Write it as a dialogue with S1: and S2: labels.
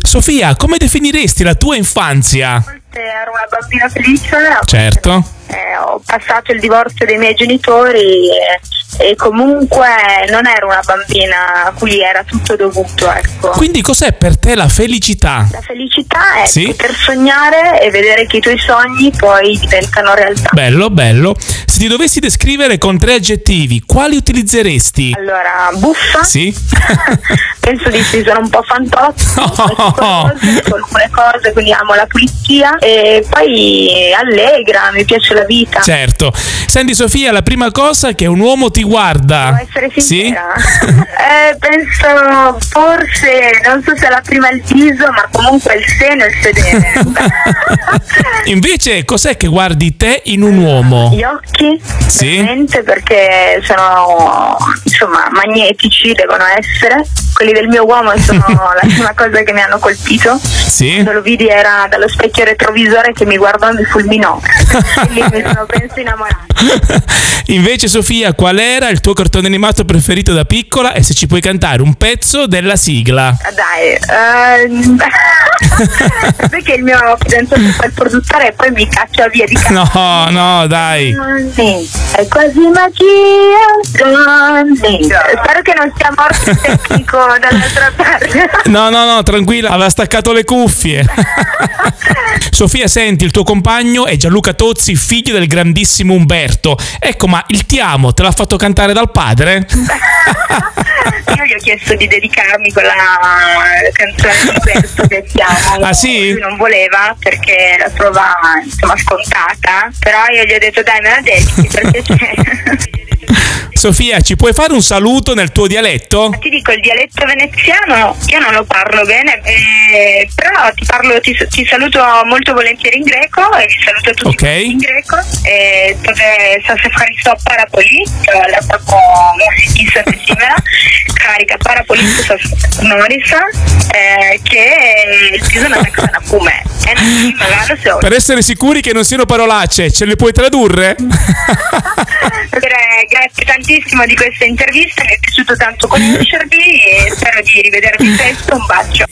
S1: Sofia, come definiresti la tua infanzia?
S2: Ero una bambina felice.
S1: Certo.
S2: Eh, ho passato il divorzio dei miei genitori e, e comunque non ero una bambina a cui era tutto dovuto, ecco.
S1: Quindi cos'è per te la felicità?
S2: La felicità è
S1: Sì.
S2: poter sognare e vedere che i tuoi sogni poi diventano realtà.
S1: Bello, bello. Se ti dovessi descrivere con tre aggettivi, quali utilizzeresti?
S2: Allora, buffa,
S1: Sì?
S2: penso di sì, sono un po' fantozzi,
S1: Oh.
S2: con alcune cose, quindi amo la pulizia e poi allegra, mi piace la vita.
S1: certo. Senti Sofia, la prima cosa è che un uomo ti
S2: Devo
S1: guarda.
S2: essere
S1: Ah, Sì?
S2: sincera. Eh, penso forse, non so se è la prima il viso, ma comunque il seno e il sedere.
S1: Invece, cos'è che guardi te in un uomo?
S2: Gli occhi,
S1: Sì.
S2: veramente, perché sono insomma magnetici, devono essere. Quelli del mio uomo sono la prima cosa che mi hanno colpito.
S1: Sì?
S2: Quando lo vidi era dallo specchio retrovisore che mi guardò e mi fulminò. e lì mi sono penso innamorata.
S1: Invece, Sofia, qual era il tuo cartone animato preferito da piccola? E se ci puoi cantare un pezzo della sigla?
S2: Ah, Dai, ehm, perché il mio fidanzato fa il produttore e poi mi caccia via di casa.
S1: No, no, dai.
S2: Sì, è quasi magia. Johnny. Spero che non sia morto il tecnico dall'altra parte.
S1: No, no, no, tranquilla, aveva staccato le cuffie. Sofia, senti, il tuo compagno è Gianluca Tozzi, figlio del grandissimo Umberto. Ecco, ma il ti amo te l'ha fatto cantare dal padre?
S2: Io gli ho chiesto di dedicarmi quella canzone di Berto che siamo.
S1: Ah, sì?
S2: Lui non voleva perché la trova insomma scontata. Però io gli ho detto dai me la dedichi perché c'è.
S1: Sofia, ci puoi fare un saluto nel tuo dialetto?
S2: Ti dico il dialetto veneziano, io non lo parlo bene, eh, però ti, parlo, ti, ti saluto molto volentieri in greco e vi saluto tutti
S1: Ok.
S2: quanti in greco. Eh, dove sa se fare so parapoli, la proprio musicista festiva, carica parapoli sa norisa, eh, che il piso non è che sarà come. E non magari se ho
S1: Per essere sicuri che non siano parolacce, ce le puoi tradurre?
S2: Per- eh, grazie tantissimo di questa intervista, mi è piaciuto tanto conoscervi e spero di rivedervi presto, un bacio.